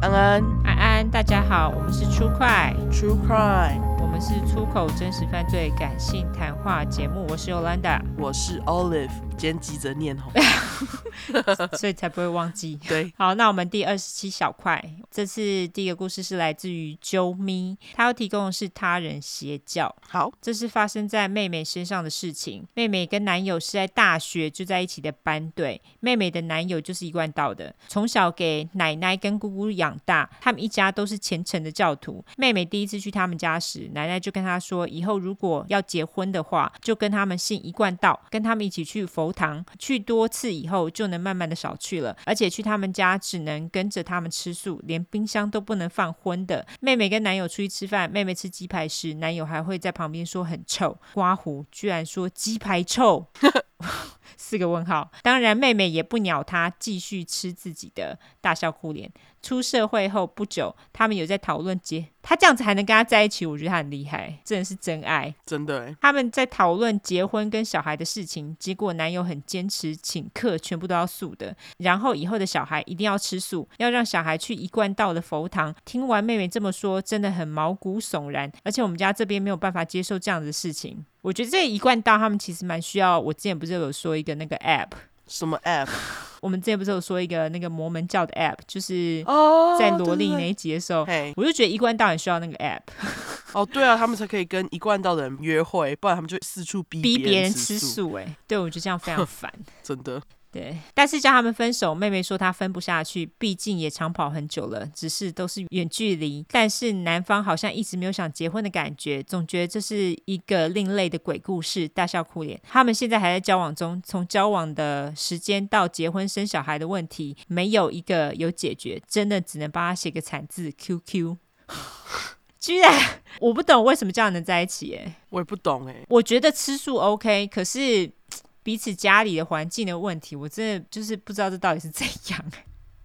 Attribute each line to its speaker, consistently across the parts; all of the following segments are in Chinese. Speaker 1: 安安
Speaker 2: 安安，大家好，我们是出快，
Speaker 1: ，True Crime，
Speaker 2: 我们是出口真实犯罪感性谈话节目，我是 Yolanda，
Speaker 1: 我是 Olive，今天急着念 吼，
Speaker 2: 所以才不会忘记。
Speaker 1: 对，
Speaker 2: 好，那我们第二十七小块，这次第一个故事是来自于啾咪，他要提供的是他人邪教，
Speaker 1: 好，
Speaker 2: 这是发生在妹妹身上的事情。妹妹跟男友是在大学就在一起的班队，妹妹的男友就是一贯道的，从小给奶奶跟姑姑养大，他们一家都是虔诚的教徒。妹妹第一次去他们家时，奶奶就跟她说，以后如果要结婚的话，就跟他们信一贯道，跟他们一起去佛堂，去多次以后就能慢慢的少去了，而且去他们家只能跟着他们吃素，连冰箱都不能放荤的。妹妹跟男友出去吃饭，妹妹吃鸡排时，男友还会在旁边说很臭，刮胡居然说鸡排臭。 四个问号，当然妹妹也不鸟他，继续吃自己的，大笑哭脸。出社会后不久，他们有在讨论结，他这样子还能跟他在一起，我觉得他很厉害，真的是真爱。
Speaker 1: 真的欸，
Speaker 2: 他们在讨论结婚跟小孩的事情，结果男友很坚持请客全部都要素的，然后以后的小孩一定要吃素，要让小孩去一贯道的佛堂。听完妹妹这么说，真的很毛骨悚然，而且我们家这边没有办法接受这样的事情。我觉得这一贯道他们其实蛮需要，我之前不是有说一个那个 app，
Speaker 1: 什么 app
Speaker 2: 我们之前不是有说一个那个摩门教的 app，就是
Speaker 1: 哦
Speaker 2: 在萝莉那
Speaker 1: 那，
Speaker 2: 一集的时候，
Speaker 1: 嘿，
Speaker 2: 我就觉得一贯道很需要那个 app。
Speaker 1: 哦，对啊，他们才可以跟一贯道的人约会，不然他们就四处逼
Speaker 2: 逼别人
Speaker 1: 人
Speaker 2: 吃
Speaker 1: 素，
Speaker 2: 素、欸，哎，对我觉得这样非常烦。
Speaker 1: 真的，
Speaker 2: 对，但是叫他们分手，妹妹说她分不下去，毕竟也长跑很久了，只是都是远距离。但是男方好像一直没有想结婚的感觉，总觉得这是一个另类的鬼故事，大笑哭脸。他们现在还在交往中，从交往的时间到结婚生小孩的问题，没有一个有解决，真的只能帮他写个惨字 QQ。居然我不懂为什么这样能在一起、欸，
Speaker 1: 我也不懂哎，
Speaker 2: 我觉得吃素 OK，可是彼此家里的环境的问题，我真的就是不知道这到底是怎样。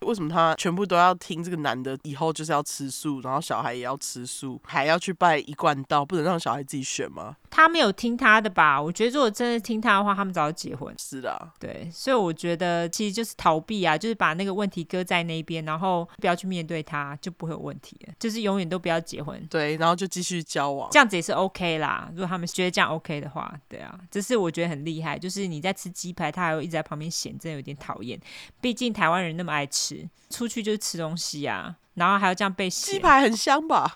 Speaker 1: 为什么他全部都要听这个男的以后就是要吃素，然后小孩也要吃素，还要去拜一贯道，不能让小孩自己选吗？
Speaker 2: 他没有听他的吧？我觉得如果真的听他的话，他们早就结婚。
Speaker 1: 是啦，
Speaker 2: 对，所以我觉得其实就是逃避啊，就是把那个问题搁在那边，然后不要去面对它，就不会有问题了。就是永远都不要结婚，
Speaker 1: 对，然后就继续交往，
Speaker 2: 这样子也是 OK 啦。如果他们觉得这样 OK 的话，对啊，只是我觉得很厉害，就是你在吃鸡排，他还会一直在旁边嫌，真的有点讨厌。毕竟台湾人那么爱吃，出去就是吃东西啊，然后还要这样被
Speaker 1: 鸡
Speaker 2: 嫌，
Speaker 1: 排很香吧？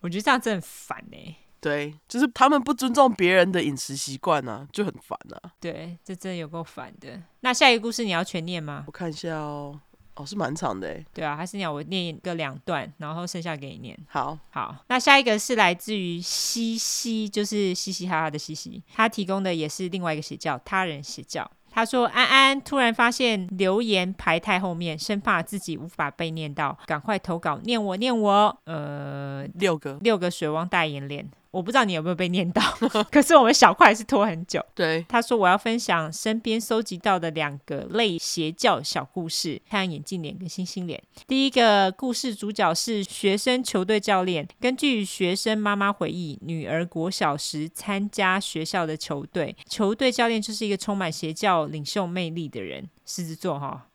Speaker 2: 我觉得这样真的很烦哎、
Speaker 1: 对，就是他们不尊重别人的饮食习惯啊，就很烦啊。
Speaker 2: 对，这真的有够烦的。那下一个故事你要全念吗？
Speaker 1: 我看一下哦，哦是蛮长的诶。
Speaker 2: 对啊，还是你要我念个两段，然后剩下给你念？
Speaker 1: 好，
Speaker 2: 好，那下一个是来自于西西，就是嘻嘻哈哈的西西，他提供的也是另外一个邪教，他人邪教。他说：“安安突然发现留言排太后面，生怕自己无法被念到，赶快投稿念我念我。”呃，
Speaker 1: 六个，
Speaker 2: 六个水汪大眼脸，我不知道你有没有被念到， 可是我们小块是拖很久。
Speaker 1: 对，
Speaker 2: 他说：“我要分享身边搜集到的两个类邪教小故事：太阳眼镜脸跟星星脸。第一个故事主角是学生球队教练。根据学生妈妈回忆，女儿国小时参加学校的球队，球队教练就是一个充满邪教领袖魅力的人，狮子座哈、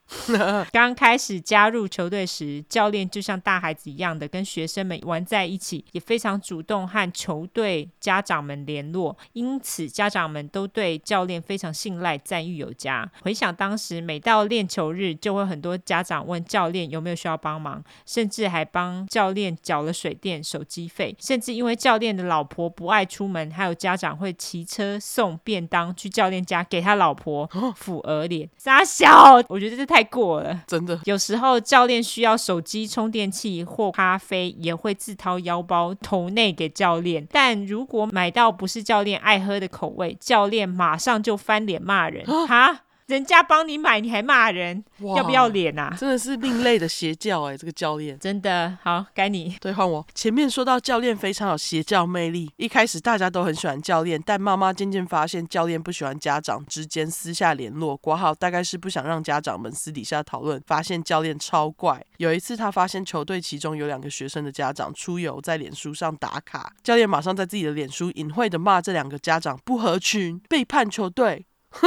Speaker 2: 刚开始加入球队时，教练就像大孩子一样的跟学生们玩在一起，也非常主动和球队家长们联络，因此家长们都对教练非常信赖，赞誉有加。回想当时，每到练球日，就会有很多家长问教练有没有需要帮忙，甚至还帮教练缴了水电、手机费，甚至因为教练的老婆不爱出门，还有家长会骑车送便当去教练家给他老婆抚额脸。傻小，我觉得这太过了。
Speaker 1: 真的
Speaker 2: 有时候教练需要手机充电器或咖啡，也会自掏腰包投内给教练。但如果买到不是教练爱喝的口味，教练马上就翻脸骂人。哈，人家帮你买，你还骂人，
Speaker 1: 啊哇，
Speaker 2: 要不要？脸啊？
Speaker 1: 真的是另类的邪教诶，这个教练。
Speaker 2: 真的好，该你。
Speaker 1: 对，换我。前面说到教练非常有邪教魅力，一开始大家都很喜欢教练，但妈妈渐渐发现教练不喜欢家长之间私下联络，挂号大概是不想让家长们私底下讨论。发现教练超怪，有一次他发现球队其中有两个学生的家长出游在脸书上打卡，教练马上在自己的脸书隐晦的骂这两个家长不合群、背叛球队。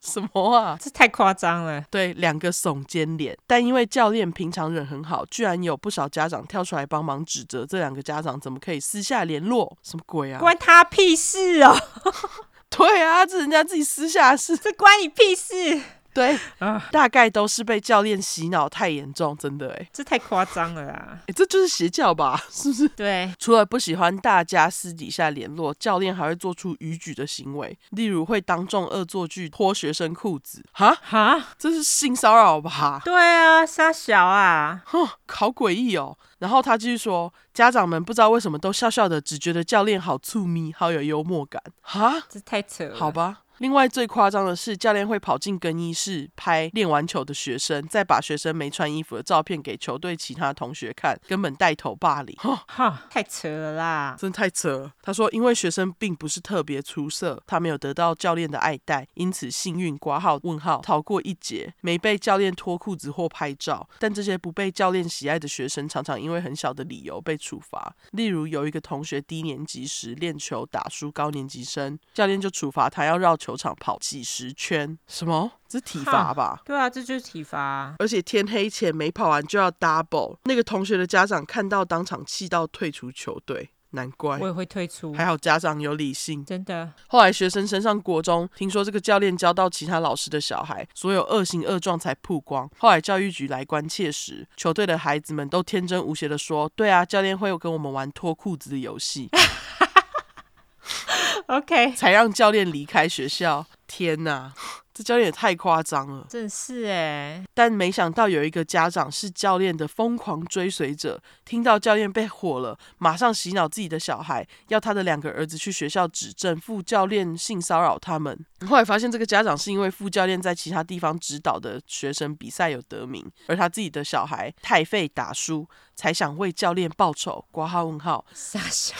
Speaker 1: 什么啊？
Speaker 2: 这太夸张了。
Speaker 1: 对，两个耸肩脸。但因为教练平常人很好，居然有不少家长跳出来帮忙指责这两个家长怎么可以私下联络，什么鬼啊？
Speaker 2: 关他屁事哦！
Speaker 1: 对啊，这人家自己私下的事。
Speaker 2: 这关你屁事
Speaker 1: 对，
Speaker 2: 啊！
Speaker 1: 大概都是被教练洗脑太严重，真的哎
Speaker 2: 这太夸张了啦。
Speaker 1: 哎，这就是邪教吧？ 是不是？
Speaker 2: 对，
Speaker 1: 除了不喜欢大家私底下联络，教练还会做出逾矩的行为，例如会当众恶作剧脱学生裤子。哈，
Speaker 2: 哈，
Speaker 1: 这是性骚扰吧？
Speaker 2: 对啊，沙小啊，
Speaker 1: 哼，好诡异哦。然后他继续说，家长们不知道为什么都笑笑的，只觉得教练好醋咪，好有幽默感。哈，
Speaker 2: 这太扯了。
Speaker 1: 好，吧。另外最夸张的是，教练会跑进更衣室拍练完球的学生，再把学生没穿衣服的照片给球队其他同学看，根本带头霸凌。哼
Speaker 2: 哈，太扯了啦。
Speaker 1: 真太扯了。他说，因为学生并不是特别出色，他没有得到教练的爱戴，因此幸运挂号问号逃过一劫，没被教练脱裤子或拍照。但这些不被教练喜爱的学生，常常因为很小的理由被处罚。例如，有一个同学低年级时练球打输高年级生，教练就处罚他要绕球场跑几十圈。什么？这是体罚吧？
Speaker 2: 对啊，这就是体罚啊、
Speaker 1: 而且天黑前没跑完就要 double。那个同学的家长看到，当场气到退出球队。难怪
Speaker 2: 我也会退出，
Speaker 1: 哎还好家长有理性。
Speaker 2: 真的。
Speaker 1: 后来学生升上国中，听说这个教练教到其他老师的小孩，所有恶行恶状才曝光。后来教育局来关切时，球队的孩子们都天真无邪的说：“对啊，教练会有跟我们玩脱裤子的游戏，
Speaker 2: OK，
Speaker 1: 才让教练离开学校。”天哪，这教练也太夸张了！
Speaker 2: 真是哎，
Speaker 1: 但没想到有一个家长是教练的疯狂追随者，听到教练被火了，马上洗脑自己的小孩，要他的两个儿子去学校指证副教练性骚扰他们。后来发现这个家长是因为副教练在其他地方指导的学生比赛有得名，而他自己的小孩太废打输，才想为教练报仇。挂号问号，
Speaker 2: 傻小。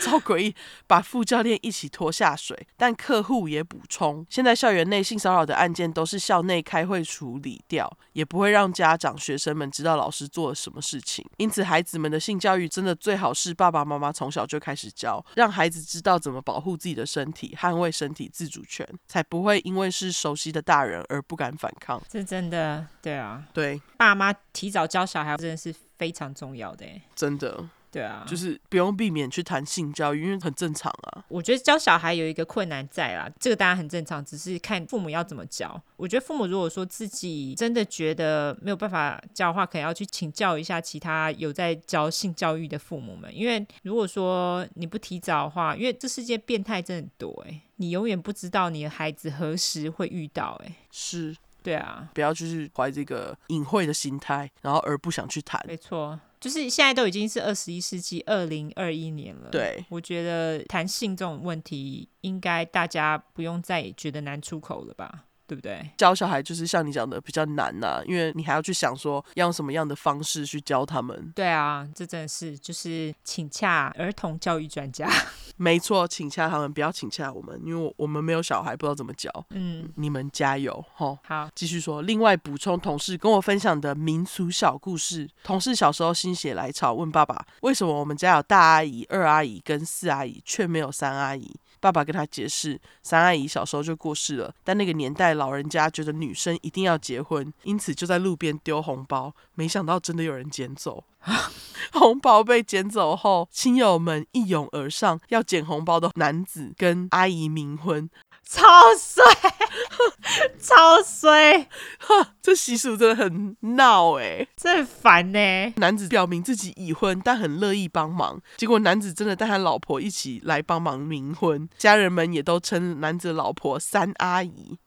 Speaker 1: 超诡异，把副教练一起拖下水。但客户也补充，现在校园内性骚扰的案件都是校内开会处理掉，也不会让家长、学生们知道老师做了什么事情。因此，孩子们的性教育真的最好是爸爸妈妈从小就开始教，让孩子知道怎么保护自己的身体，捍卫身体自主权，才不会因为是熟悉的大人而不敢反抗。
Speaker 2: 这真的，对啊，
Speaker 1: 对，
Speaker 2: 爸妈提早教小孩真的是非常重要的哎。
Speaker 1: 真的
Speaker 2: 对啊，
Speaker 1: 就是不用避免去谈性教育，因为很正常啊。
Speaker 2: 我觉得教小孩有一个困难在啦，这个大家很正常，只是看父母要怎么教。我觉得父母如果说自己真的觉得没有办法教的话，可能要去请教一下其他有在教性教育的父母们，因为如果说你不提早的话，因为这世界变态真的很多诶、你永远不知道你的孩子何时会遇到欸诶、
Speaker 1: 是。
Speaker 2: 对啊，
Speaker 1: 不要就是怀这个隐晦的心态，然后而不想去谈。
Speaker 2: 没错。就是现在都已经是二十一世纪二零二一年了，
Speaker 1: 对
Speaker 2: 我觉得谈性这种问题，应该大家不用再觉得难出口了吧，对不对？
Speaker 1: 教小孩就是像你讲的比较难呐、因为你还要去想说要用什么样的方式去教他们。
Speaker 2: 对啊，这真的是就是请洽儿童教育专家。
Speaker 1: 没错，请洽他们，不要请洽我们，因为我我们没有小孩，不知道怎么教。
Speaker 2: 嗯，
Speaker 1: 你们加油吼！
Speaker 2: 好，
Speaker 1: 继续说，另外补充同事跟我分享的民俗小故事。同事小时候心血来潮问爸爸，为什么我们家有大阿姨、二阿姨跟四阿姨，却没有三阿姨？爸爸跟他解释，三阿姨小时候就过世了，但那个年代老人家觉得女生一定要结婚，因此就在路边丢红包，没想到真的有人捡走。 红包被捡走后，亲友们一涌而上，要捡红包的男子跟阿姨冥婚，
Speaker 2: 超衰， 超衰，
Speaker 1: 这习俗真的很闹哎、
Speaker 2: 这很烦呢、
Speaker 1: 男子表明自己已婚，但很乐意帮忙。结果男子真的带他老婆一起来帮忙冥婚，家人们也都称男子的老婆三阿姨。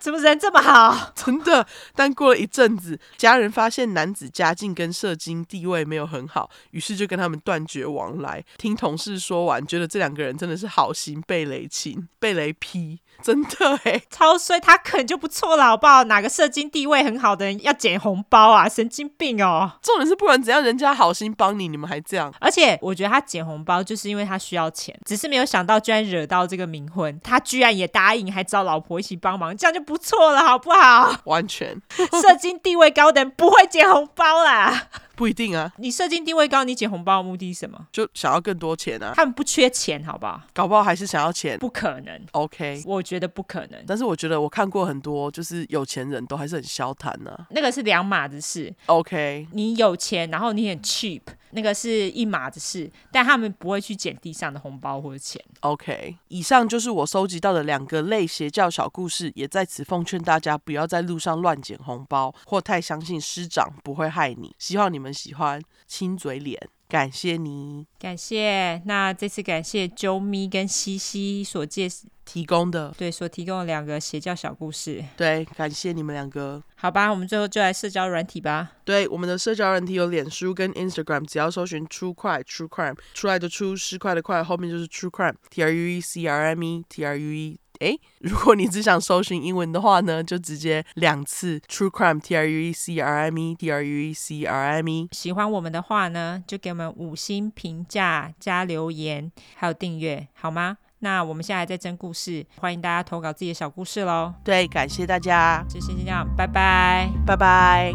Speaker 2: 怎么人这么好？
Speaker 1: 真的，但过了一阵子，家人发现男子家境跟社经地位没有很好，于是就跟他们断绝往来。听同事说完，觉得这两个人真的是好心被雷亲、被雷劈，真的欸诶，
Speaker 2: 超衰，他可能就不错了，好不好？哪个社经地位很好的人要捡红包啊？神经病哦！
Speaker 1: 重点是不管怎样，人家好心帮你，你们还这样。
Speaker 2: 而且我觉得他捡红包就是因为他需要钱，只是没有想到居然惹到这个冥婚，他居然也答应，还找老婆一起帮忙，这样就不错了，好不好？
Speaker 1: 完全
Speaker 2: 社经地位高的人不会捡红包啦。
Speaker 1: 不一定啊，
Speaker 2: 你社经地位高，你捡红包的目的是什么？
Speaker 1: 就想要更多钱啊，
Speaker 2: 他们不缺钱，好不好？
Speaker 1: 搞不好还是想要钱。
Speaker 2: 不可能，
Speaker 1: OK，
Speaker 2: 我觉得不可能。
Speaker 1: 但是我觉得我看过很多，就是有钱人都还是很消谈呐、
Speaker 2: 那个是两码子事，
Speaker 1: OK，
Speaker 2: 你有钱，然后你很 cheap，那个是一码子事，但他们不会去捡地上的红包或者钱。
Speaker 1: OK，以上就是我收集到的两个类邪教小故事，也在此奉劝大家不要在路上乱捡红包，或太相信师长不会害你。希望你们喜欢亲嘴脸，感谢你
Speaker 2: 感谢，那这次感谢啾咪跟西西所介
Speaker 1: 提供的，
Speaker 2: 对所提供的两个邪教小故事。
Speaker 1: 对，感谢你们两个。
Speaker 2: 好吧，我们最后就来社交软体吧。
Speaker 1: 对，我们的社交软体有脸书跟 Instagram，只要搜寻 True Crime True Crime，出来的出，失快的快，后面就是 True Crime，T R U E C R M E T R U E。诶，如果你只想搜寻英文的话呢，就直接两次 True Crime T R U E C R M E T R U E C R M E。
Speaker 2: 喜欢我们的话呢，就给我们五星评价、加留言，还有订阅，好吗？那我们现在还在征故事，欢迎大家投稿自己的小故事喽。
Speaker 1: 对，感谢大家，
Speaker 2: 就先这样，拜拜。
Speaker 1: 拜拜。